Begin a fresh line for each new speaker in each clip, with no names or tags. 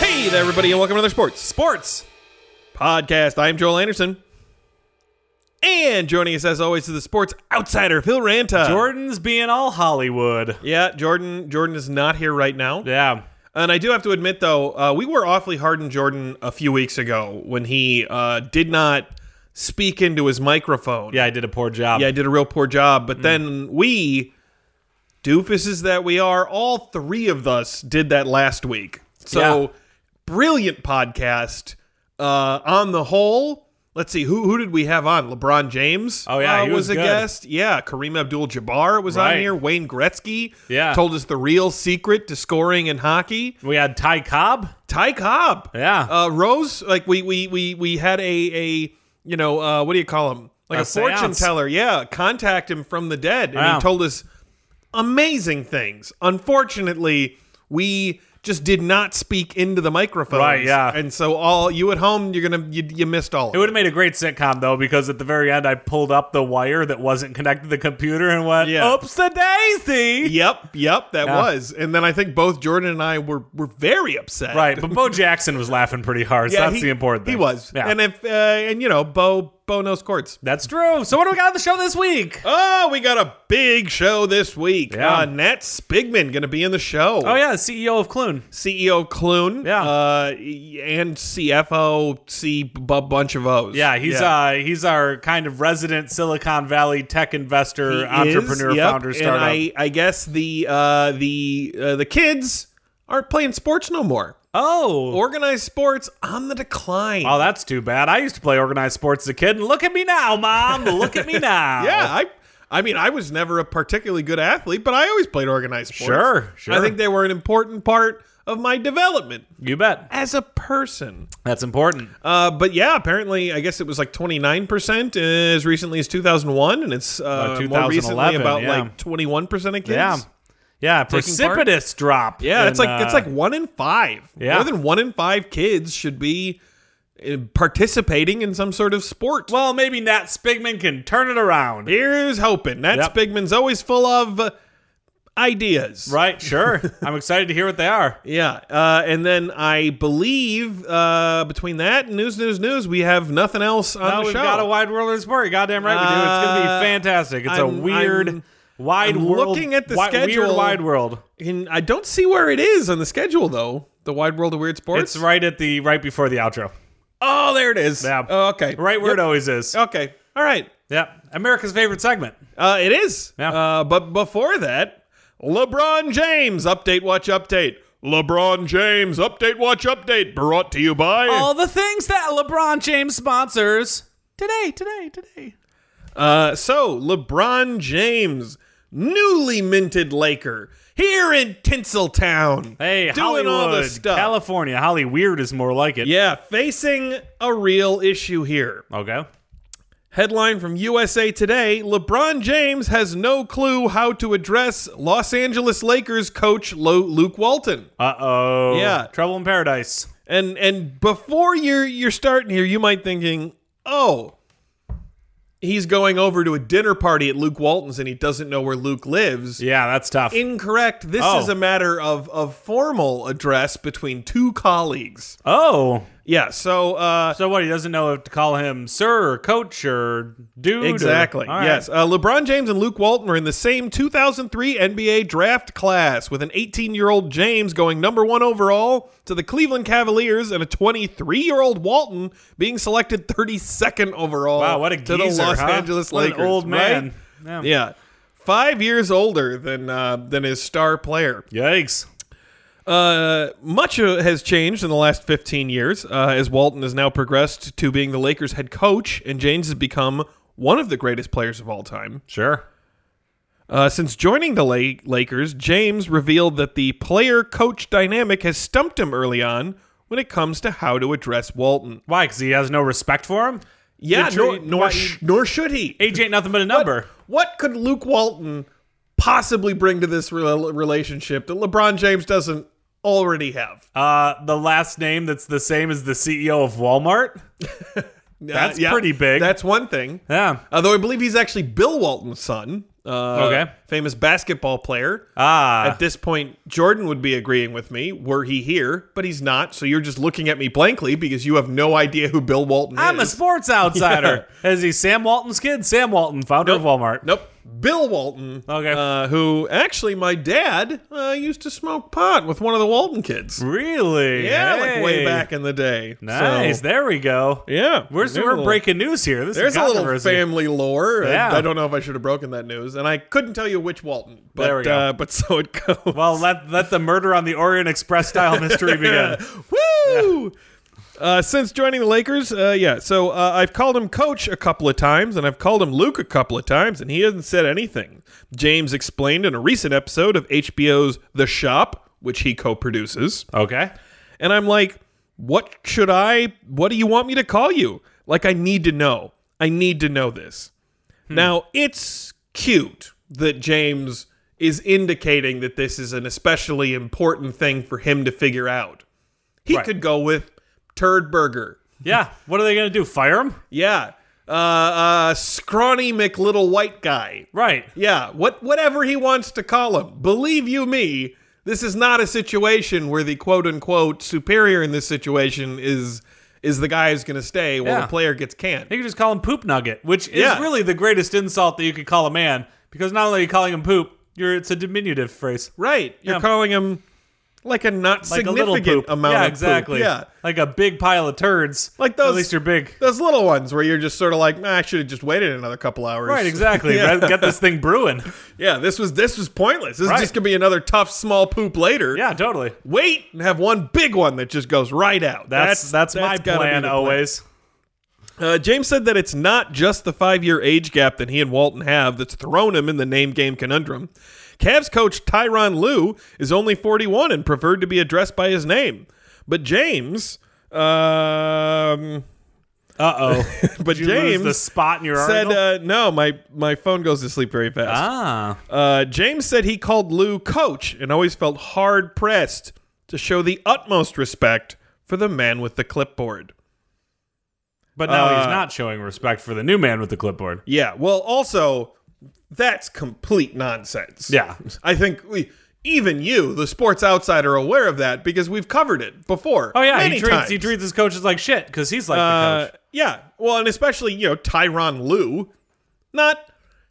Hey there, everybody, and welcome to another sports sports podcast. I'm Joel Anderson, and joining us as always is the sports outsider Phil Ranta.
Jordan's being all Hollywood.
yeah, Jordan. Jordan is not here right now,
Yeah.
and I do have to admit though, uh, we were awfully hard on Jordan a few weeks ago when he uh, did not speak into his microphone.
Yeah, I did a poor job.
yeah, I did a real poor job.
Mm.
But then we, doofuses that we are, all three of us did that last week. So
Yeah.
brilliant podcast uh, on the whole. Let's see who who did we have on? LeBron James.
Oh, yeah,
uh,
he
was,
was
a
good.
guest. Yeah, Kareem Abdul-Jabbar was on
Right.
here. Wayne Gretzky.
Yeah.
told us the real secret to scoring in hockey.
We had Ty Cobb.
Ty Cobb.
Yeah.
Uh, Rose, like we we we we had a a you know uh, what do you call him? Like
A
a, fortune
seance.
teller. Yeah, contact him from the dead, and
Wow.
he told us amazing things. Unfortunately, we just did not speak into the microphones.
Right, yeah.
And so all you at home, you're gonna you, you missed all.
it
Of it.
would have made a great sitcom though, because at the very end I pulled up the wire that wasn't connected to the computer and went,
Yeah.
"Oops, a daisy."
Yep, yep, that
Yeah.
was. And then I think both Jordan and I were were very upset.
Right, but Bo Jackson was laughing pretty hard. so
Yeah,
that's
he-
the important thing.
He was.
Yeah.
And if uh, and you know, Bo Bo knows chords.
that's true. So what do we got on the show this week?
Oh, we got a big show this week.
Yeah.
Uh, Nat Spigman going to be in the show.
Oh yeah, the CEO of Clune.
CEO Clune.
Yeah.
Uh, and CFO, C b- bunch of O's.
Yeah, he's uh he's our kind of resident Silicon Valley tech investor,
He is,
entrepreneur,
yep.
founder, startup.
And I, I guess the uh, the uh, the kids aren't playing sports no more.
oh,
Organized sports on the decline.
Oh, that's too bad. I used to play organized sports as a kid, and look at me now, mom. Look at me now.
yeah, I I mean, I was never a particularly good athlete, but I always played organized sports.
Sure, sure.
I think they were an important part of my development
you bet.
as a person.
That's important.
Uh, but yeah, apparently, I guess it was like 29% as recently as 2001, and it's uh, more
2011,
recently about
yeah.
like 21% of kids.
Yeah, yeah. Precipitous drop.
Yeah, it's
in,
like it's
uh,
like one in five.
yeah.
More than one in five kids should be uh, participating in some sort of sport.
well, maybe Nat Spigman can turn it around.
Here's hoping. That
Yep.
Spigman's always full of uh, ideas.
Right? Sure. I'm excited to hear what they are.
Yeah. Uh, and then I believe uh, between that and news, news, news, we have nothing else on
Now
the
we've
show.
got a wide world of sport. You're Goddamn right, we do. It's gonna
Uh,
be fantastic. It's
I'm-
a weird.
I'm-
Wide
I'm
world.
looking at the
wi- Weird
schedule.
wide world.
And I don't see where it is on the schedule though. The Wide World of Weird Sports.
It's right at the right before the outro.
Oh, there it is.
Yeah.
Oh, okay. Oh.
Right where it always is.
Okay. All right.
Yeah. America's favorite segment.
Uh, it is.
Yeah.
Uh, but before that, LeBron James update. Watch update. LeBron James update. Watch update. Brought to you by.
all the things that LeBron James sponsors today, today, today.
Uh, so LeBron James, newly minted Laker, here in Tinseltown.
Hey,
doing
Hollywood,
all the stuff.
California, Holly Weird is more like it.
yeah, facing a real issue here.
Okay.
Headline from USA Today LeBron James has no clue how to address Los Angeles Lakers coach Lo- Luke Walton.
Uh oh.
Yeah.
Trouble in Paradise.
And and before you're you're starting here, you might thinking, oh, he's going over to a dinner party at Luke Walton's and he doesn't know where Luke lives.
Yeah, that's tough.
Incorrect. This
Oh.
is a matter of of formal address between two colleagues.
oh.
Yeah. So uh,
So what? He doesn't know if to call him sir or coach or dude. or-
Exactly.
All right.
Yes. Uh, LeBron James and Luke Walton are in the same 2003 NBA draft class, with an 18 year old James going number one overall to the Cleveland Cavaliers and a 23 year old Walton being selected 32nd overall
Wow, what a
to the
geezer,
Los
huh?
Angeles
What an
Lakers.
old man.
right?
Yeah.
Yeah. Five years older than uh, than his star player.
Yikes.
Uh, much uh, has changed in the last 15 years uh, as Walton has now progressed to being the Lakers head coach, and James has become one of the greatest players of all time.
Sure.
Uh, since joining the La- Lakers, James revealed that the player coach dynamic has stumped him early on when it comes to how to address Walton.
Why? Because he has no respect for him.
Yeah,
Did
nor,
you-
nor,
why-
sh- nor should he.
Age ain't nothing but a number.
What could Luke Walton possibly bring to this rel relationship that LeBron James doesn't already have.
Uh, the last name that's the same as the CEO of Walmart. That's pretty big.
Uh, That's one thing.
Yeah.
Although Uh, I believe he's actually Bill Walton's son. Uh,
Okay.
Famous basketball player.
Ah.
At this point, Jordan would be agreeing with me were he here, but he's not. So you're just looking at me blankly because you have no idea who Bill Walton
I'm a
is.
sports outsider. Is he Sam Walton's kid? Sam Walton, founder of Walmart.
Nope. Bill Walton.
Okay.
Uh, who actually my dad uh, used to smoke pot with one of the Walton kids.
Really?
Yeah,
Hey.
like way back in the day. So,
Nice. there we go.
yeah.
We're,
there's a
we're
little-
breaking news here. This
There's
is
a little
controversy.
family lore.
Yeah.
I, I don't know if I should have broken that news, and I couldn't tell you which Walton. But,
There we go.
Uh, but so it goes.
Well, let let the murder on the Orient Express style mystery begin.
Woo! Uh, since joining the Lakers, uh, yeah. So uh, I've called him Coach a couple of times, and I've called him Luke a couple of times, and he hasn't said anything. James explained in a recent episode of HBO's The Shop, which he co-produces,
Okay.
and I'm like, "What should I? What do you want me to call you? Like, I need to know. I need to know this." Now it's cute that James is indicating that this is an especially important thing for him to figure out. He
Right.
could go with turd burger.
Yeah. What are they gonna do? Fire him?
Yeah. Uh, uh, scrawny McLittle white guy.
Right.
Yeah. What, whatever he wants to call him. Believe you me, this is not a situation where the quote unquote superior in this situation is is the guy who's going to stay while
Yeah.
the player gets canned.
You could just call him Poop Nugget, which is
Yeah.
really the greatest insult that you could call a man, because not only are you calling him poop, you're it's a diminutive phrase.
Right. You're
Yeah.
calling him like a not
Like a little
significant
poop.
amount
yeah,
of poop.
exactly.
Yeah.
Like a big pile of turds.
Like those-
At least you're big.
Those little ones where you're just sort of like, nah, I should have just waited another couple hours.
Right, exactly.
yeah.
Get this thing brewing.
Yeah, this was this was pointless. This
Right.
is just gonna be another tough small poop later.
Yeah, totally.
Wait and have one big one that just goes right out.
That's that's, my
gotta be
plan
the
always.
Uh, James said that it's not just the five year age gap that he and Walton have that's thrown him in the name game conundrum. Cavs coach Tyron Lue is only 41 and preferred to be addressed by his name. But James, um,
Uh oh.
but
you
James
lose the spot in your
said,
article?
uh, no, my, my phone goes to sleep very fast.
ah.
Uh, James said he called Lou coach and always felt hard pressed to show the utmost respect for the man with the clipboard.
But now he's
Uh,
not showing respect for the new man with the clipboard.
Yeah, well, also, that's complete nonsense.
Yeah.
I think we, even you, the sports outsider, are aware of that because we've covered it before.
Oh yeah,
many
he treats
times.
he treats his coaches like shit because he's like the
Uh,
coach.
yeah, well, and especially you know Tyron Lou, not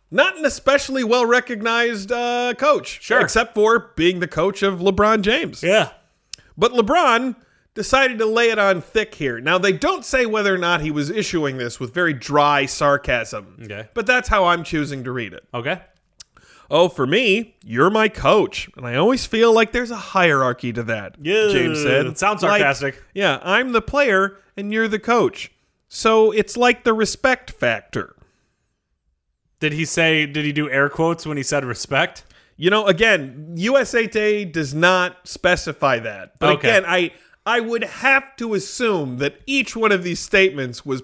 not an especially well recognized uh, coach,
Sure.
except for being the coach of LeBron James.
Yeah.
But LeBron decided to lay it on thick here. Now, they don't say whether or not he was issuing this with very dry sarcasm.
Okay.
But that's how I'm choosing to read it.
Okay.
Oh, for me, you're my coach. And I always feel like there's a hierarchy to that,
Yeah,
James said.
sounds
Like,
sarcastic.
yeah, I'm the player and you're the coach. So it's like the respect factor.
Did he say? Did he do air quotes when he said respect?
You know, again, USA Today does not specify that. But
Okay.
again, I I would have to assume that each one of these statements was,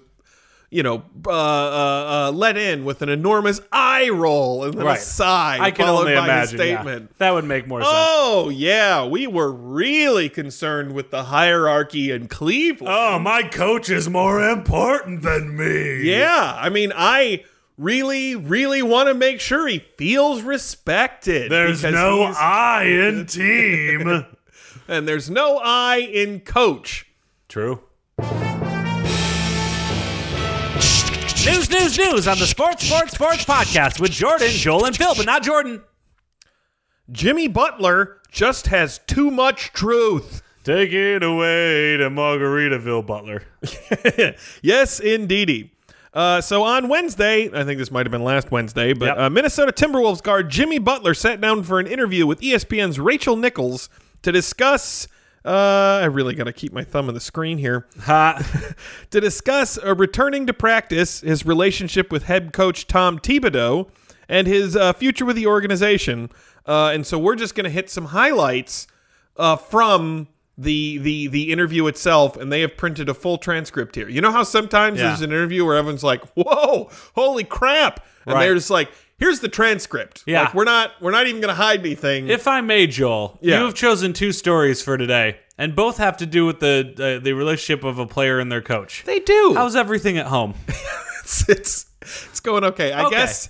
you know, uh, uh, uh, let in with an enormous eye roll and then
Right.
a sigh
I can
followed
only
by
imagine.
a
yeah.
statement.
That would make more sense.
Oh yeah, we were really concerned with the hierarchy in Cleveland.
Oh, my coach is more important than me.
Yeah, I mean, I really, really want to make sure he feels respected. because he's-
I in team.
and there's no I in coach.
True. News, news, news on the Sports, Sports, Sports podcast with Jordan, Joel, and Phil, but not Jordan.
Jimmy Butler just has too much truth.
Take it away to Margaritaville, Butler.
yes, indeedy. Uh, so on Wednesday, I think this might have been last Wednesday, but
Yep.
uh, Minnesota Timberwolves guard Jimmy Butler sat down for an interview with E ESPN's Rachel Nichols to discuss. Uh, I really got to keep my thumb on the screen here.
Ha.
to discuss uh, returning to practice, his relationship with head coach Tom Thibodeau, and his uh, future with the organization. Uh, and so we're just going to hit some highlights uh, from the the the interview itself, and they have printed a full transcript here. You know how sometimes
Yeah.
there's an interview where everyone's like, "Whoa, holy crap," and
Right.
they're just like, Here's the transcript.
Yeah.
Like, we're not we're not even gonna hide anything.
If I may, Joel,
Yeah.
you have chosen two stories for today, and both have to do with the uh, the relationship of a player and their coach.
they do.
How's everything at home?
it's, it's it's going okay. I
Okay.
guess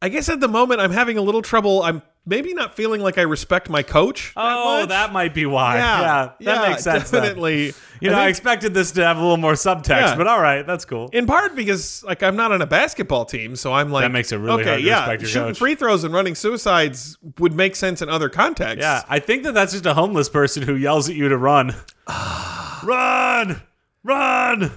I guess at the moment I'm having a little trouble. I'm maybe not feeling like I respect my coach. that
oh,
much.
that might be why.
yeah,
Yeah, that
yeah,
makes sense. then.
Definitely.
You know, I,
I think
expected this to have a little more subtext,
Yeah.
but all right, that's cool.
in part because like I'm not on a basketball team, so I'm like
That makes it really
okay.
hard to
yeah,
respect your
shooting
coach.
free throws and running suicides would make sense in other contexts.
yeah, I think that that's just a homeless person who yells at you to run. run! Run!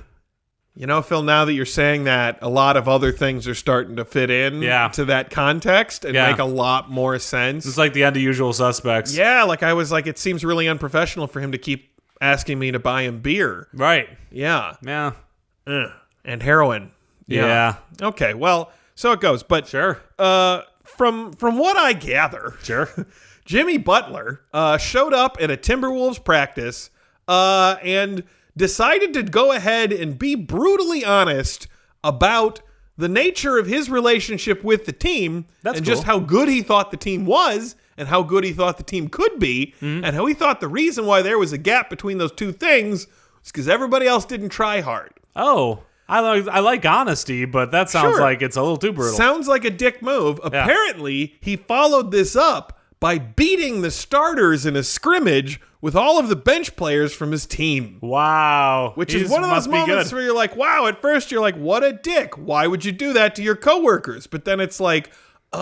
You know, Phil, now that you're saying that, a lot of other things are starting to fit in
Yeah.
to that context and
Yeah.
make a lot more sense.
It's like the end of Usual Suspects.
Yeah, like I was like, it seems really unprofessional for him to keep asking me to buy him beer.
Right.
Yeah.
Yeah.
Ugh. And heroin.
Yeah.
Okay, well, so it goes. But
Sure.
uh from from what I gather,
Sure.
Jimmy Butler uh, showed up at a Timberwolves practice uh, and decided to go ahead and be brutally honest about the nature of his relationship with the team
That's
and
cool.
just how good he thought the team was and how good he thought the team could be
Mm-hmm.
and how he thought the reason why there was a gap between those two things was because everybody else didn't try hard.
Oh, I like I like honesty, but that sounds
Sure.
like it's a little too brutal.
Sounds like a dick move. Apparently, he followed this up by beating the starters in a scrimmage with all of the bench players from his team.
wow,
Which
These
is one of those
must be
moments
good.
where you're like, wow, at first you're like, what a dick. Why would you do that to your coworkers? But then it's like,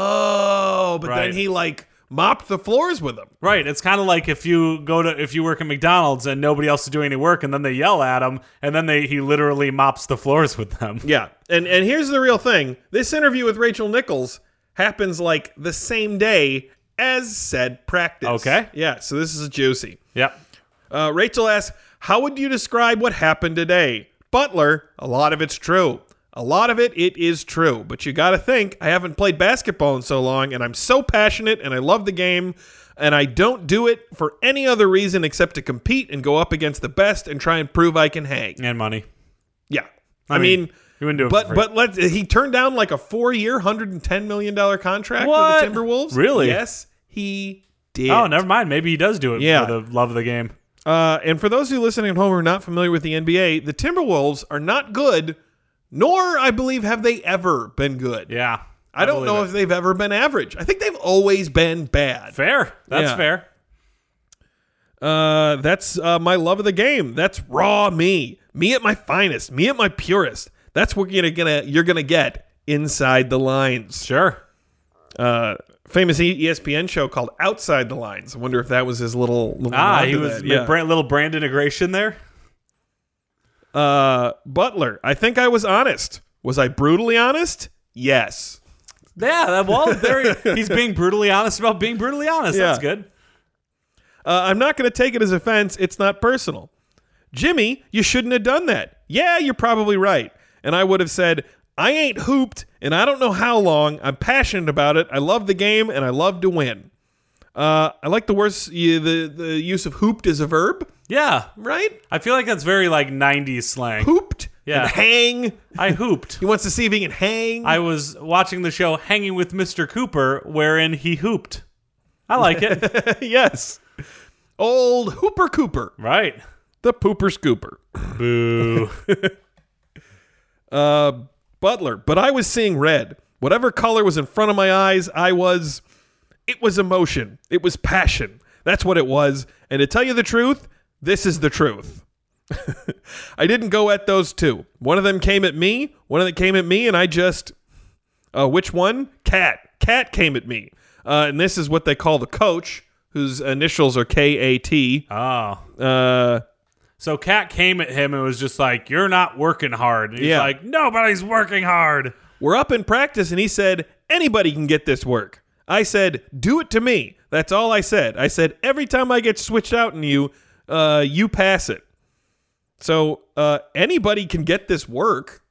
oh, but
Right.
then he like mopped the floors with them.
Right, it's kind of like if you go to if you work at McDonald's and nobody else is doing any work, and then they yell at him, and then they he literally mops the floors with them.
Yeah. And and here's the real thing. This interview with Rachel Nichols happens like the same day as said practice.
Okay.
Yeah, so this is juicy.
Yep.
Uh, Rachel asks, How would you describe what happened today? Butler, a lot of it's true. A lot of it, it is true. But you got to think, I haven't played basketball in so long, and I'm so passionate, and I love the game, and I don't do it for any other reason except to compete and go up against the best and try and prove I can hang.
And money.
Yeah. I, mean,
you wouldn't do it.
but
for free.
but let he turned down like a four year, hundred and ten million dollar contract
What?
with the Timberwolves.
Really?
Yes, he did.
oh, never mind. Maybe he does do it
Yeah.
for the love of the game.
Uh, and for those who listening at home who are not familiar with the NBA, the Timberwolves are not good, nor I believe have they ever been good.
Yeah.
I, don't
believe
know
it.
if they've ever been average. I think they've always been bad.
fair. That's
Yeah.
fair.
Uh, that's uh, my love of the game. That's raw me, me at my finest, me at my purest. That's what you're gonna you're gonna get inside the lines.
Sure.
Uh, famous E- ESPN show called Outside the Lines. I wonder if that was his little, little
Ah,
nod
he
to
was
that. Yeah.
bra- little brand integration there.
Uh, Butler, I think I was honest. Was I brutally honest? Yes.
Yeah. that- Well, there he- he's being brutally honest about being brutally honest. That's
Yeah.
good.
Uh, I'm not going to take it as offense. It's not personal. Jimmy, you shouldn't have done that. Yeah, you're probably right. And I would have said, I ain't hooped, and I don't know how long. I'm passionate about it. I love the game, and I love to win. Uh, I like the worst you, the the use of hooped as a verb,
Yeah.
right?
I feel like that's very like '90s slang.
Hooped,
Yeah.
and hang.
I hooped.
He wants to see if he can hang.
I was watching the show Hanging with Mr. Cooper, wherein he hooped. I like it.
yes, old Hooper Cooper,
right.
the pooper scooper.
Boo.
Uh, Butler, but I was seeing red. Whatever color was in front of my eyes, I was. It was emotion. It was passion. That's what it was. And to tell you the truth, this is the truth. I didn't go at those two. One of them came at me. One of them came at me, and I just. Uh, which one? Cat. Cat came at me. Uh, and this is what they call the coach, whose initials are K A T.
oh.
Uh,
So Cat came at him and was just like, You're not working hard. And he's
Yeah.
like, Nobody's working hard.
We're up in practice, and he said, Anybody can get this work. I said, Do it to me. That's all I said. I said, Every time I get switched out in you, uh, you pass it. So, uh, anybody can get this work.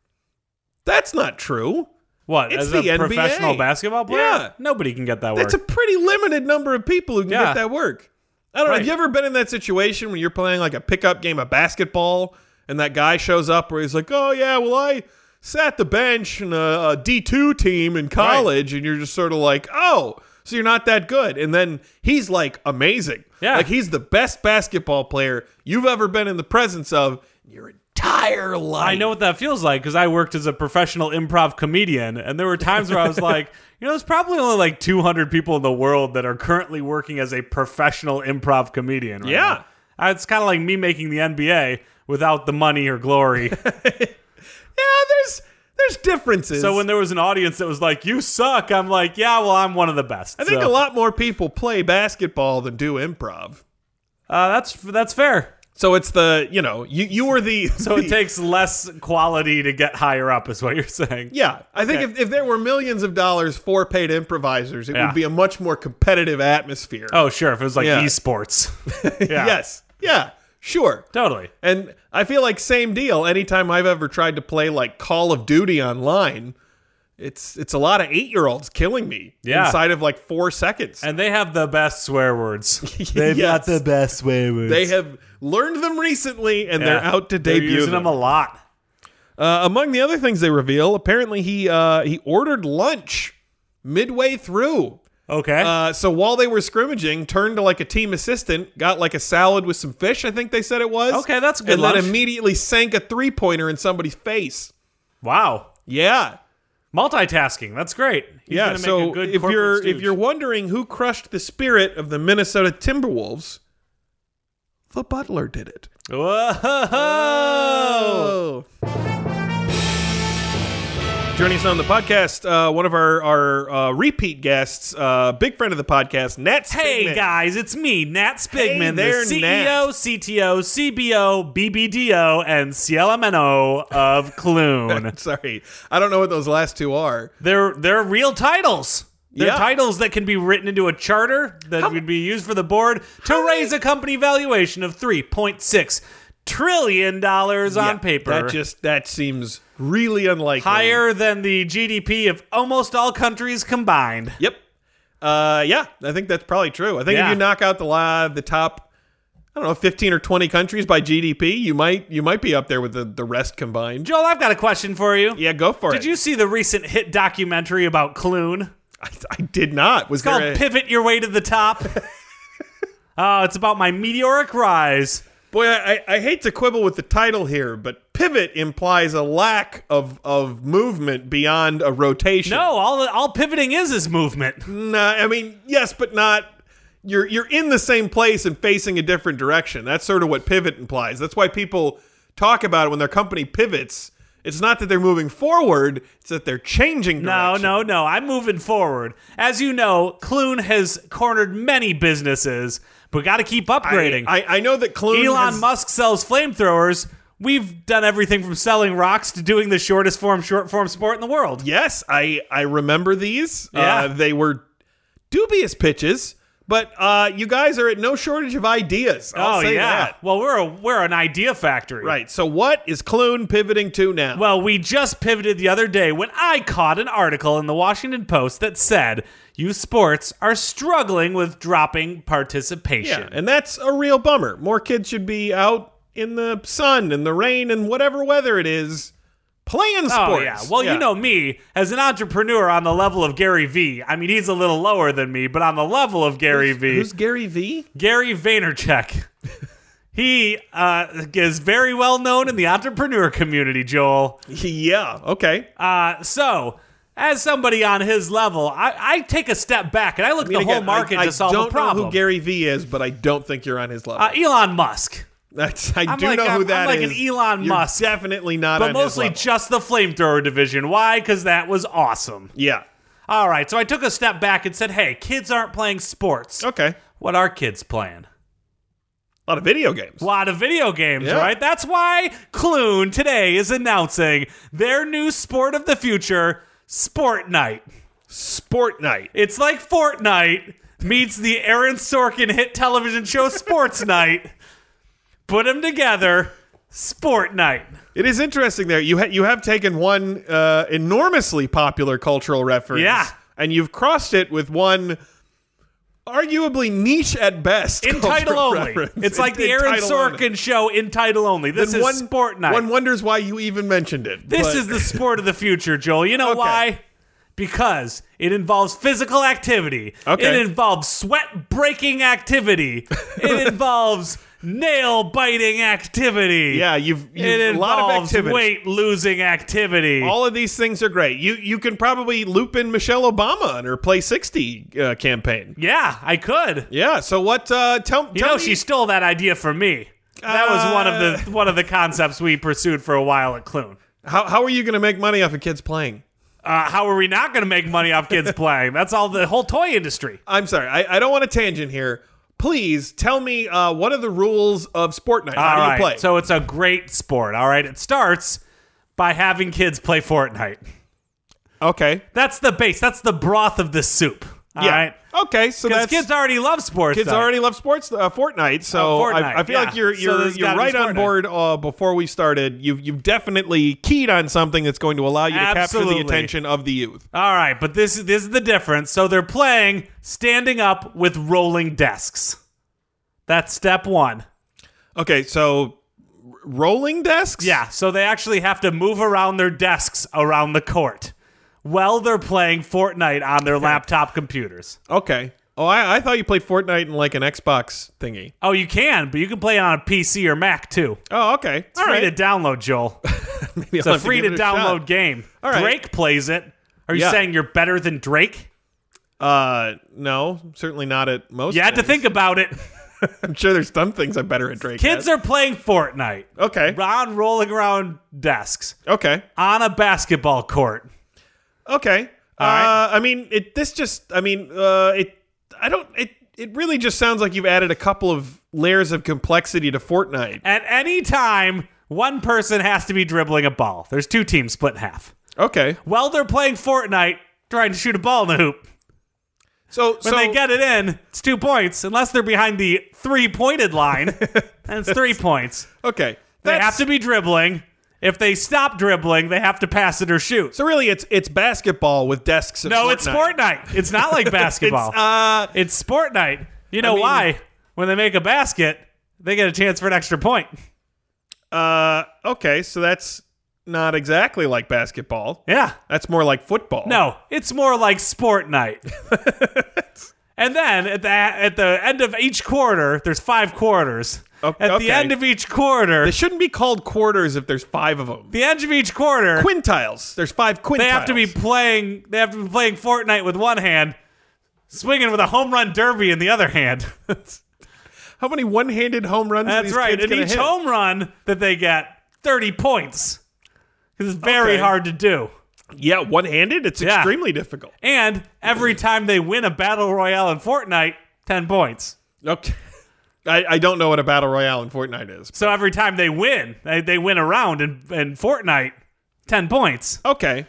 That's not true.
What?
It's
as
the
a
NBA.
professional basketball player?
Yeah.
Nobody can get that work.
That's a pretty limited number of people who can
Yeah.
get that work. I don't know. Have
Right.
you ever been in that situation when you're playing like a pickup game of basketball and that guy shows up where he's like, "Oh yeah, well I sat the bench in a, a D2 team in college, and you're just sort of like, oh, so you're not that good. And then he's like amazing.
Yeah.
Like he's the best basketball player you've ever been in the presence of your entire life.
I know what that feels like because I worked as a professional improv comedian, and there were times where I was like, you know, there's probably only like 200 people in the world that are currently working as a professional improv comedian. Right
Yeah.
now. Uh, it's kind of like me making the NBA without the money or glory.
Yeah, there's there's differences.
so when there was an audience that was like, "You suck," I'm like, "Yeah, well, I'm one of the best."
I think a lot more people play basketball than do improv.
Uh, that's that's fair.
So it's the you know you you were the
So it
the-
takes less quality to get higher up, is what you're saying.
yeah. I think if, if there were millions of dollars for paid improvisers, it
Yeah.
would be a much more competitive atmosphere.
Oh, sure. If it was like
Yeah.
esports. yeah.
yes, yeah, sure.
Totally.
And I feel like same deal. Anytime I've ever tried to play like Call of Duty online, it's it's a lot of eight year olds killing me
Yeah.
inside of like four seconds.
And they have the best swear words.
They've got Yes. the
best swear words.
they have learned them recently, and they're out to debut
They're using them a lot.
Uh, among the other things they reveal, apparently he uh, he ordered lunch midway through.
Okay.
Uh, so while they were scrimmaging, turned to like a team assistant, got like a salad with some fish. I think they said it was.
Okay, that's a good
And
lunch.
then immediately sank a three pointer in somebody's face.
wow.
Yeah,
Multitasking. That's great. He's
yeah.
gonna make
so
a good
if
corporate
you're if
stooge.
you're wondering who crushed the spirit of the Minnesota Timberwolves, the Butler did it.
Whoa.
Joining us on the podcast, uh, one of our our uh, repeat guests, uh, big friend of the podcast, Nat.
Hey
Spigman.
guys, it's me, Nat Spigman,
there,
the E CEO,
Nat.
CTO, CBO, BBDO, and CLMNO of Clune.
Sorry, I don't know what those last two are.
They're they're real titles. They're
Yeah.
titles that can be written into a charter that would be used for the board to raise a company valuation of three point six trillion dollars on
Yeah,
paper.
that just that seems really unlikely.
higher than the GDP of almost all countries combined.
Yep. Uh, yeah, I think that's probably true. I think
Yeah.
if you knock out the li- the top, I don't know, fifteen or twenty countries by GDP, you might you might be up there with the, the rest combined.
Joel, I've got a question for you.
Yeah, go for it.
Did you see the recent hit documentary about Clune?
I, I did not. Was
called
there a-
Pivot Your Way to the Top. Oh, it's about my meteoric rise.
Boy, I, I- I hate to quibble with the title here, but pivot implies a lack of, of movement beyond a rotation.
No, all all pivoting is is movement.
Nah, I mean, yes, but not. You're, you're in the same place and facing a different direction. That's sort of what pivot implies. That's why people talk about it when their company pivots. It's not that they're moving forward, it's that they're changing
No,
direction.
no, no. I'm moving forward. As you know, Clune has cornered many businesses, but got to keep upgrading.
I, I know that Clune
Elon
has-
Musk sells flamethrowers. We've done everything from selling rocks to doing the shortest form short form sport in the world.
Yes, I I remember these.
Yeah.
Uh, they were dubious pitches, but uh, you guys are at no shortage of ideas. I'll
oh
say
yeah.
that.
Well, we're a, we're an idea factory.
Right. So what is Clune pivoting to now?
Well, we just pivoted the other day when I caught an article in the Washington Post that said you sports are struggling with dropping participation.
yeah, and that's a real bummer. More kids should be out in the sun and the rain and whatever weather it is playing sports.
Oh yeah. Well, you know me as an entrepreneur on the level of Gary Vee. I mean, he's a little lower than me, but on the level of Gary Vee,
Who's Gary V?
Gary Vaynerchuk. he uh, is very well known in the entrepreneur community, Joel.
yeah. Okay.
Uh, so. As somebody on his level, I, I take a step back and I look at the whole
Again,
market
I,
to solve
I don't
a problem.
know who Gary V is, but I don't think you're on his level.
uh, Elon Musk,
That's I do
like-
know
I'm-
who
I'm
that is.
like an Elon
You're
Musk.
Definitely not.
but
on
mostly
his level.
just the flamethrower division. Why? Because that was awesome.
yeah.
All right, so I took a step back and said, hey, kids aren't playing sports.
Okay,
What are kids playing?
a lot of video games.
A lot of video games,
Yeah.
right? That's why Clune today is announcing their new sport of the future, Sport Night.
Sport night.
It's like Fortnite meets the Aaron Sorkin hit television show Sports Night. Put them together, Sport Night.
It is interesting there. You ha- you have taken one uh, enormously popular cultural reference,
Yeah.
and you've crossed it with one arguably niche at best.
In title
cultural
only.
reference.
It's like the
in
Aaron
title only.
Sorkin show in title only. This
Then
is sport night.
One wonders why you even mentioned it.
This
but-
is the sport of the future, Joel. You know
Okay.
why? Because it involves physical activity.
Okay.
It involves sweat breaking activity. it involves nail biting activity.
yeah. You've, you
It
a lot of
involves
activity.
weight losing activity.
All of these things are great. You you can probably loop in Michelle Obama on her Play 60 uh, campaign.
yeah, I could.
Yeah. So what? Uh, tell
You
tell
know,
me, Uh.
she stole that idea from me. That was one of the one of the concepts we pursued for a while at Clune.
how how are you going to make money off of kids playing?
Uh, how are we not going to make money off kids playing? That's all the whole toy industry.
I'm sorry. I, I don't want a tangent here. Please tell me uh, what are the rules of Sport Night? How
All
do
right,
you play?
So it's a great sport. All right. It starts by having kids play Fortnite.
okay.
That's the base. That's the broth of the soup. All
Yeah.
right.
Okay. So
Because
that's
kids already love sports.
Kids
though.
already love sports, uh, Fortnite. So
Oh, Fortnite,
I, I feel
yeah.
like you're
So
you're,
there's
you're
gotta be
right on
Fortnite.
board. Uh, before we started, you've you've definitely keyed on something that's going to allow you to
Absolutely.
capture the attention of the youth.
All right. But this is this is the difference. So they're playing standing up with rolling desks. That's step one.
Okay, so r- rolling desks.
Yeah. So they actually have to move around their desks around the court while they're playing Fortnite on their laptop computers.
Okay. Oh, I, I thought you played Fortnite in like an Xbox thingy.
Oh, you can, but you can play it on a PC or Mac too.
Oh, okay.
It's free to download, Joel.
Maybe
It's
I'll
a
have
free
give
to
it a shot.
download game.
All right.
Drake plays it. Are you
Yeah.
saying you're better than Drake?
Uh, no, certainly not at most.
You had to
things.
think about it.
I'm sure there's some things I'm better at Drake.
Kids
at.
are playing Fortnite
okay.
on rolling around desks
Okay.
on a basketball court.
Okay.
All
uh, I mean, it. This just. I mean, uh, it. I don't. It. It really just sounds like you've added a couple of layers of complexity to Fortnite.
At any time, one person has to be dribbling a ball. There's two teams split in half.
Okay.
While they're playing Fortnite, trying to shoot a ball in the hoop.
So
When
so
they get it in, it's two points. Unless they're behind the three pointed line, then it's three points.
okay.
They
That's,
have to be dribbling. If they stop dribbling, they have to pass it or shoot.
so really, it's it's basketball with desks. Of
no,
Fortnite.
it's sport night. It's not like basketball.
It's,
it's,
uh,
sport night. You know
mean-
why? When they make a basket, they get a chance for an extra point.
uh, okay. So that's not exactly like basketball.
Yeah.
That's more like football.
No, it's more like sport night. and then at the at the end of each quarter, there's five quarters.
O-
at
okay.
the end of each quarter,
They shouldn't be called quarters if there's five of them.
the end of each quarter,
Quintiles. There's five quintiles.
they have to be playing. They have to be playing Fortnite with one hand, swinging with a home run derby in the other hand.
How many one-handed home runs? are
That's
these
right.
Kids
And
gonna
each
hit?
home run that they get, 30 points. 'Cause it's very
Okay.
hard to do.
Yeah, one handed, it's
Yeah.
extremely difficult.
And every time they win a battle royale in Fortnite, 10 points.
Okay. I, I don't know what a battle royale in Fortnite is.
So every time they win, they, they win a round in, in Fortnite, 10 points.
Okay.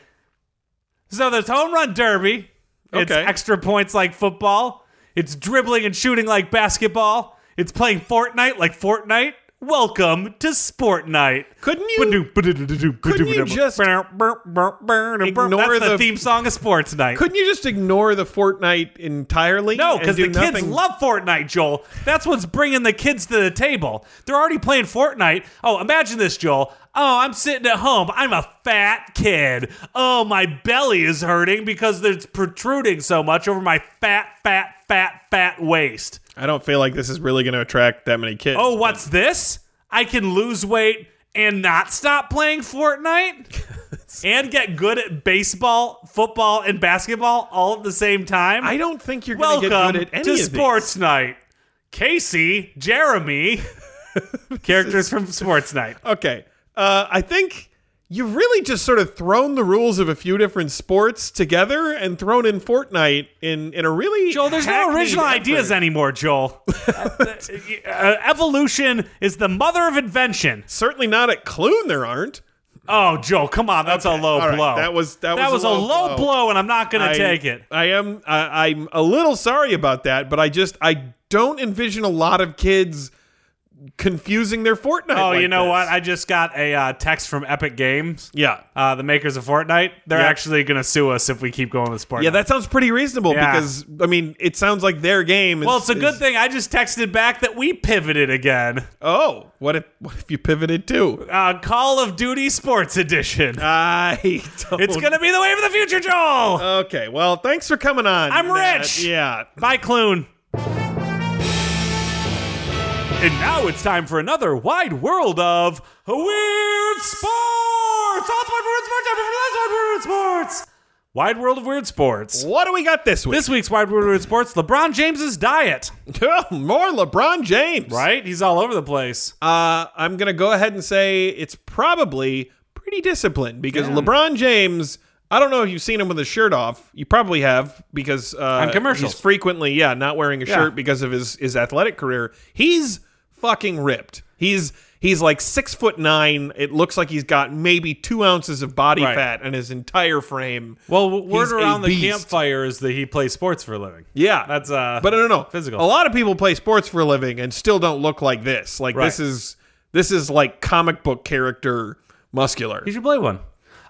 So there's home run derby. It's
Okay.
extra points like football. It's dribbling and shooting like basketball. It's playing Fortnite like Fortnite. Welcome to Sport Night.
Couldn't you
Couldn't
you just
ignore
the-
the theme song of Sports Night?
couldn't you just ignore the Fortnite entirely?
No,
and
because
do
the kids
nothing?
love Fortnite, Joel. That's what's bringing the kids to the table. They're already playing Fortnite. Oh, imagine this, Joel. Oh, I'm sitting at home. I'm a fat kid. Oh, my belly is hurting because it's protruding so much over my fat, fat, fat, fat waist.
I don't feel like this is really going to attract that many kids.
Oh, what's this? I can lose weight and not stop playing Fortnite and get good at baseball, football, and basketball all at the same time.
I don't think you're going to get
Welcome
good at any
to
of these.
Sports Night. Casey, Jeremy, characters from Sports Night.
Okay. Uh, I think you've really just sort of thrown the rules of a few different sports together and thrown in Fortnite in in a really
Joel, there's no
hackneyed
original
effort.
ideas anymore, Joel. Uh, evolution is the mother of invention.
Certainly not at Clune. There aren't.
Oh, Joel, come on, that's a low
all right.
blow.
That was- that was
a low, blow. and I'm not going
I-
to take it.
I am. I, I'm a little sorry about that, but I just I don't envision a lot of kids confusing their Fortnite.
Oh,
like
you know
this.
what? I just got a uh, text from Epic Games,
yeah.
uh, the makers of Fortnite. They're
Yeah.
actually going to sue us if we keep going with Fortnite.
Yeah, that sounds pretty reasonable
Yeah.
because I mean, it sounds like their game. Is,
well, it's a good
is-
thing I just texted back that we pivoted again.
Oh, what if what if you pivoted too?
Uh, Call of Duty Sports Edition.
I don't.
it's going to be the wave of the future, Joel.
Okay, well, thanks for coming on.
I'm
Matt.
rich.
Yeah.
Bye, Clune. And now it's time for another wide world of weird sports. All the weird sports, every last weird sports. Wide world of weird sports.
What do we got this week?
This week's wide world of weird sports: LeBron James's diet.
Oh, More LeBron James.
Right? He's all over the place.
Uh, I'm gonna go ahead and say it's probably pretty disciplined because LeBron James. I don't know if you've seen him with his shirt off. You probably have because uh, on
commercials.
he's frequently, yeah, not wearing a shirt because of his his athletic career. He's fucking ripped. He's he's like six foot nine. It looks like he's got maybe two ounces of body
Right.
fat in his entire frame.
Well, w- word
He's a
around the
beast.
campfire is that he plays sports for a living.
Yeah,
That's uh.
but no, no, no.
physical.
A lot of people play sports for a living and still don't look like this. Like
Right.
this is this is like comic book character muscular.
He should play one.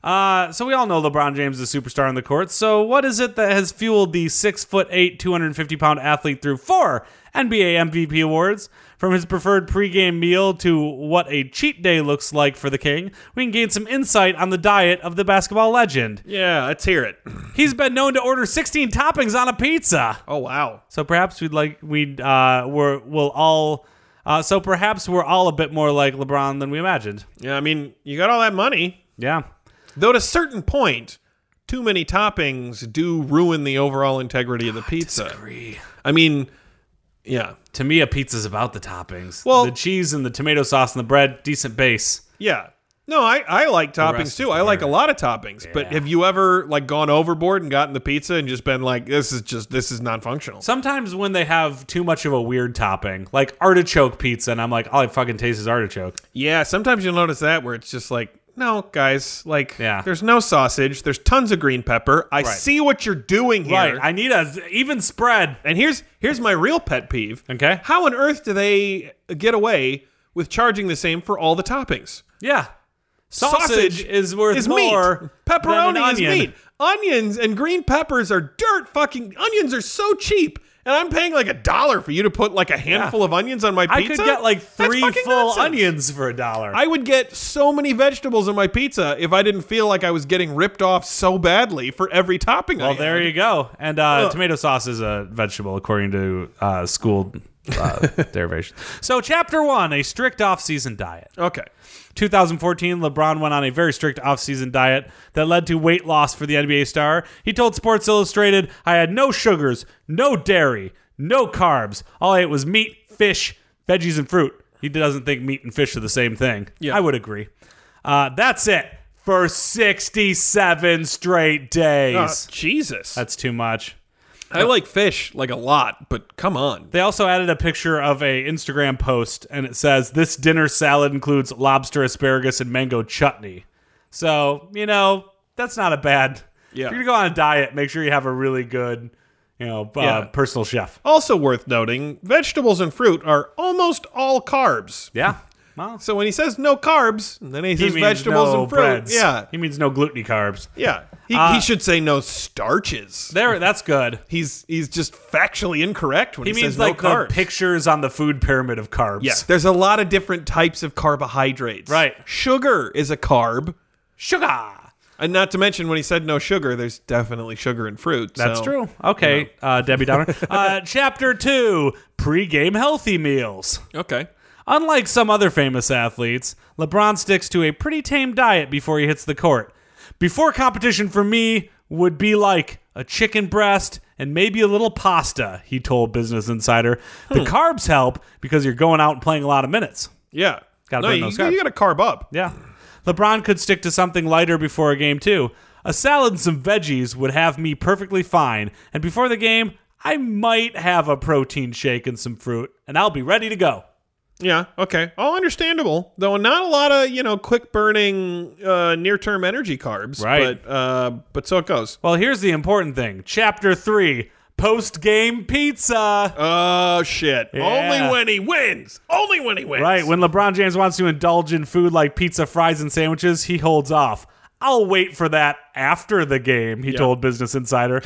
Uh, so we all know LeBron James is a superstar on the court. So what is it that has fueled the six foot eight, two hundred and fifty pound athlete through four NBA MVP awards? From his preferred pregame meal to what a cheat day looks like for the king, we can gain some insight on the diet of the basketball legend.
Yeah, let's hear it.
He's been known to order sixteen toppings on a pizza.
Oh wow.
So perhaps we'd like we'd uh we're we'll all uh so perhaps we're all a bit more like LeBron than we imagined.
Yeah, I mean, you got all that money,
Yeah.
though. At a certain point, too many toppings do ruin the overall integrity of the pizza. I mean, yeah,
To me, a pizza's about the toppings.
Well-
the cheese and the tomato sauce and the bread, decent base.
yeah. No, I, I like toppings
rest
too.
is
I like a lot of toppings. But
Yeah.
have you ever like gone overboard and gotten the pizza and just been like, this is just this is non-functional?
Sometimes when they have too much of a weird topping, like artichoke pizza, and I'm like, all I fucking taste is artichoke.
Yeah, sometimes you'll notice that where it's just like, no, guys, like,
Yeah.
there's no sausage. There's tons of green pepper. I see what you're doing here.
Right. I need a even spread.
and here's here's my real pet peeve.
Okay.
How on earth do they get away with charging the same for all the toppings?
Yeah. Sausage, is worth
is
more.
meat. Pepperoni
than an
is
onion.
meat. Onions and green peppers are dirt fucking. Onions are so cheap, and I'm paying like a dollar for you to put like a handful of onions on my
I
pizza.
could get like
That's
three full
fucking nonsense.
onions for a dollar.
I would get so many vegetables on my pizza if I didn't feel like I was getting ripped off so badly for every topping.
Well, there you go. And uh, tomato sauce is a vegetable, according to uh, school uh, derivation. So, chapter one: a strict off-season diet.
Okay.
2014, LeBron went on a very strict off-season diet that led to weight loss for the NBA star. He told Sports Illustrated, "I had no sugars, no dairy, no carbs. All I ate was meat, fish, veggies, and fruit." He doesn't think meat and fish are the same thing.
Yeah.
I would agree. Uh, that's it for 67 straight days.
Uh, Jesus.
That's too much.
I like fish like a lot, but come on.
They also added a picture of a Instagram post, and it says this dinner salad includes lobster, asparagus, and mango chutney. So you know that's not a bad.
Yeah.
If you're gonna go on a diet, make sure you have a really good, you know, uh,
Yeah.
personal chef.
Also worth noting, vegetables and fruit are almost all carbs.
Yeah. Well,
So when he says no carbs, and then he,
he
says
means
vegetables
no
and fruit.
breads. Uh,
Yeah.
He means no gluten carbs.
Yeah. He, he should say no starches.
There, that's good.
He's he's just factually incorrect when
He
he,
means
says
like
no carbs.
the pictures on the food pyramid of carbs.
Yeah, there's a lot of different types of carbohydrates.
Right.
Sugar is a carb.
Sugar.
And not to mention, when he said no sugar, there's definitely sugar in fruit.
That's
so-
true. Okay, uh, Debbie Downer. uh, chapter two: pre-game healthy meals.
Okay.
Unlike some other famous athletes, LeBron sticks to a pretty tame diet before he hits the court. Before competition for me would be like a chicken breast and maybe a little pasta, he told Business Insider. The carbs help because you're going out and playing a lot of minutes.
Yeah.
Gotta
no,
burn
you,
those carbs.
you gotta carb up.
Yeah. LeBron could stick to something lighter before a game, too. A salad and some veggies would have me perfectly fine. And before the game, I might have a protein shake and some fruit, and I'll be ready to go.
Yeah. Okay. All understandable, though. Not a lot of you know quick burning, uh, near term energy carbs.
Right.
But uh, but so it goes.
Well, here's the important thing. Chapter 3 post game pizza.
Oh shit! Only
Yeah.
when he wins. Only when he wins.
Right, when LeBron James wants to indulge in food like pizza, fries, and sandwiches, he holds off. I'll wait for that after the game, he told Business Insider.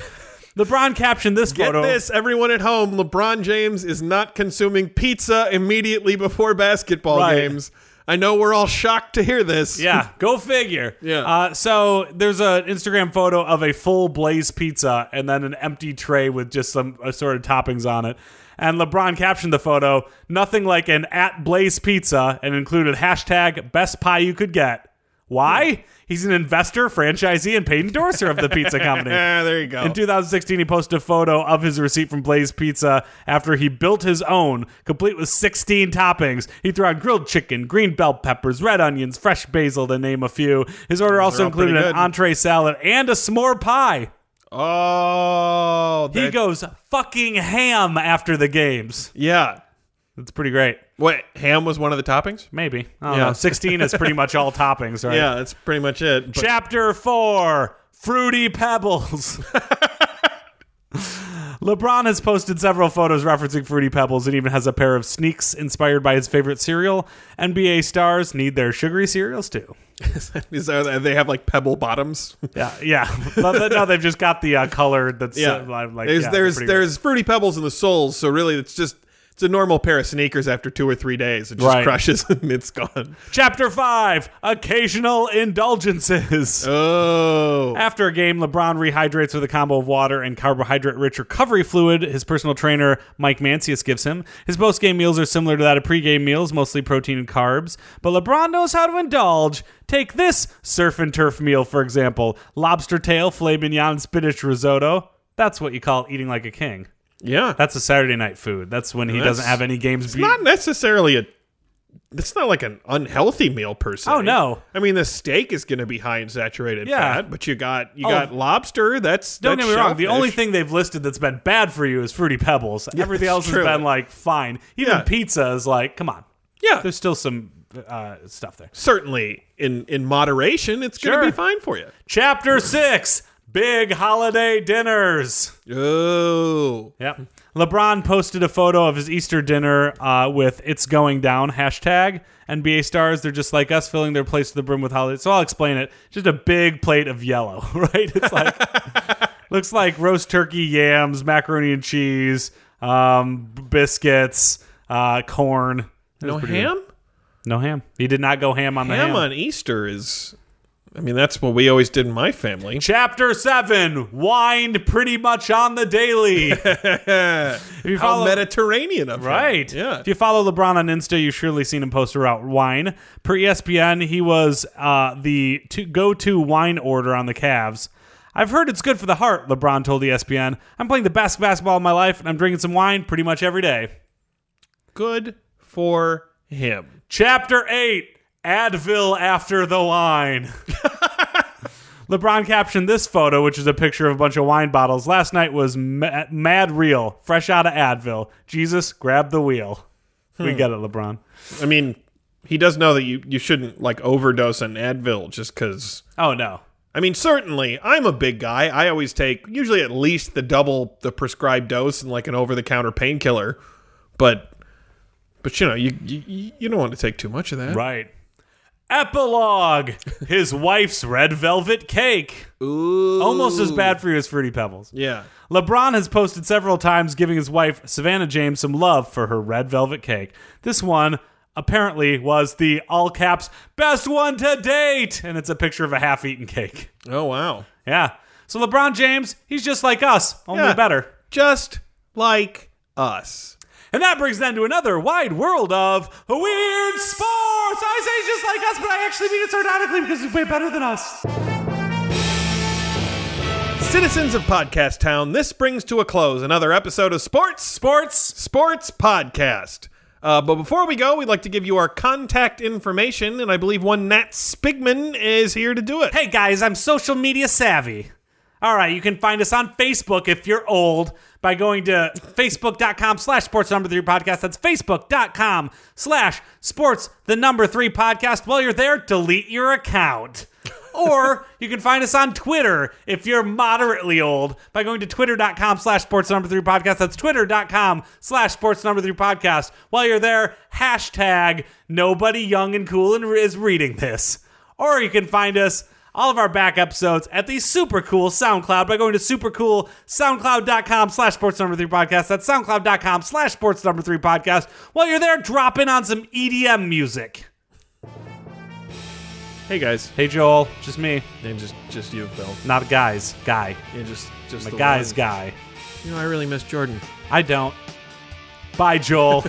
LeBron captioned this
Get
photo.
this, everyone at home. LeBron James is not consuming pizza immediately before basketball
Right.
games. I know we're all shocked to hear this.
Yeah, go figure.
Yeah.
Uh, so there's an Instagram photo of a full blaze pizza and then an empty tray with just some assorted toppings on it. And LeBron captioned the photo, nothing like an at blaze pizza, and included hashtag best pie you could get. Why? He's an investor, franchisee, and paid endorser of the pizza company.
Ah, there you go.
In 2016, he posted a photo of his receipt from Blaze Pizza after he built his own, complete with 16 toppings. He threw on grilled chicken, green bell peppers, red onions, fresh basil, to name a few. His order also
all pretty
included an
good.
entree salad and a s'more pie.
oh,
He
that-
goes fucking ham after the games.
yeah.
That's pretty great.
Wait, ham was one of the toppings.
Maybe. I don't
Yeah.
know. 16 is pretty much all toppings, right?
Yeah, that's pretty much it. But-
Chapter 4 Fruity Pebbles. LeBron has posted several photos referencing Fruity Pebbles and even has a pair of sneaks inspired by his favorite cereal. NBA stars need their sugary cereals too.
Is there, they have like pebble bottoms.
Yeah, yeah. but, but no, they've just got the uh, colored that's uh, like
there's
yeah, they're
there's
pretty
there's fruity pebbles in the soles, so really it's just it's a normal pair of sneakers after two or three days. It just
Right.
crushes and it's gone.
great. Chapter 5 Occasional Indulgences.
Oh.
After a game, LeBron rehydrates with a combo of water and carbohydrate rich recovery fluid his personal trainer, Mike Mancius, gives him. His post game meals are similar to that of pre game meals, mostly protein and carbs. But LeBron knows how to indulge. Take this surf and turf meal, for example lobster tail, filet mignon, and spinach risotto. That's what you call eating like a king.
Yeah.
That's a Saturday night food. That's when he
That's-
doesn't have any games. be-
not necessarily a it's not like an unhealthy meal per se.
Oh, no.
I mean the steak is gonna be high in saturated
Yeah.
fat, but you got you
Oh.
got lobster, that's
Don't
that's
get me wrong. The
shellfish.
only thing they've listed that's been bad for you is fruity pebbles. Everything
that's
else
true.
has been like fine. Even
Yeah.
pizza is like, come on.
Yeah.
There's still some uh, stuff there.
Certainly in in moderation, it's
Sure.
gonna be fine for you.
Chapter six: Big holiday dinners.
Oh.
Yep. LeBron posted a photo of his Easter dinner uh, with "It's going down" hashtag. NBA stars, they're just like us, filling their place to the brim with holidays. So I'll explain it. Just a big plate of yellow, right? It's like looks like roast turkey, yams, macaroni and cheese, um, b- biscuits, uh, corn.
No ham?
No ham. He did not go ham on the ham.
ham on Easter is. I mean, that's what we always did in my family.
Chapter 7 Wine pretty much on the daily. if you
How
follow,
Mediterranean of him.
right.
Yeah.
If you follow LeBron on Insta, you've surely seen him post about wine. Per E ESPN, he was uh, the to- go to wine order on the Cavs. I've heard it's good for the heart, LeBron told E ESPN. I'm playing the best basketball of my life, and I'm drinking some wine pretty much every day.
Good for him.
Chapter 8 Advil After the Wine. LeBron captioned this photo, which is a picture of a bunch of wine bottles. Last night was ma- mad real, fresh out of Advil. Jesus, grab the wheel. We get it, LeBron.
I mean, he does know that you, you shouldn't like overdose on Advil just because.
Oh, no.
I mean, certainly, I'm a big guy. I always take usually at least the double the prescribed dose and like an over the counter painkiller, but but you know you, you you don't want to take too much of that.
Right. Epilogue His wife's red velvet cake.
Ooh.
Almost as bad for you as Fruity Pebbles.
Yeah.
LeBron has posted several times giving his wife, Savannah James, some love for her red velvet cake. This one apparently was the all caps best one to date, and it's a picture of a half eaten cake.
Oh wow.
Yeah. So LeBron James, he's just like us, only
Yeah.
better.
Just like us.
And that brings then to another wide world of weird sports. I say he's just like us, but I actually mean it sardonically because he's way better than us.
Citizens of Podcast Town, this brings to a close another episode of Sports
Sports.
Sports Podcast. Uh, but before we go, we'd like to give you our contact information, and I believe one Nat Spigman is here to do it.
Hey guys, I'm social media savvy. All right, you can find us on Facebook if you're old by going to facebook.com slash sports number three podcast. That's facebook.com slash sports the number three podcast. While you're there, delete your account. Or you can find us on Twitter if you're moderately old by going to twitter.com slash sports number three podcast. That's twitter.com slash sports number three podcast. While you're there, hashtag nobody young and cool and is reading this. Or you can find us all of our back episodes at the super cool SoundCloud by going to supercool soundcloud.com slash sports number three podcast. That's soundcloud.com slash sports number three podcast. While you're there, drop in on some EDM music.
Hey guys,
Hey Joel, just me,
and just just you, Phil,
not guys, guy.
and just just
The
the
guy's
one.
guy.
You know, I really miss Jordan.
I don't. Bye, Joel.